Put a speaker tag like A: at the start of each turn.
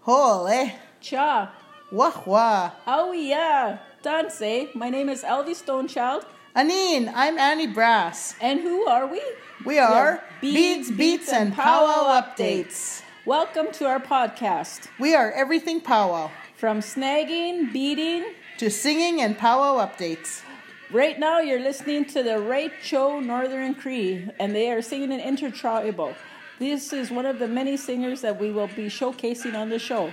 A: Hole.
B: Cha.
A: Wah wah.
B: Oh yeah. Dance. My name is Elvie Stonechild.
A: Anine, I'm Annie Brass.
B: And who are we?
A: We are
B: Beads,
A: Beads, Beats, and Powwow Updates.
B: Welcome to our podcast.
A: We are everything powwow
B: From snagging, beating.
A: to singing and powwow updates.
B: Right now you're listening to the Raicho Northern Cree, and they are singing an intertribal. This is one of the many singers that we will be showcasing on the show.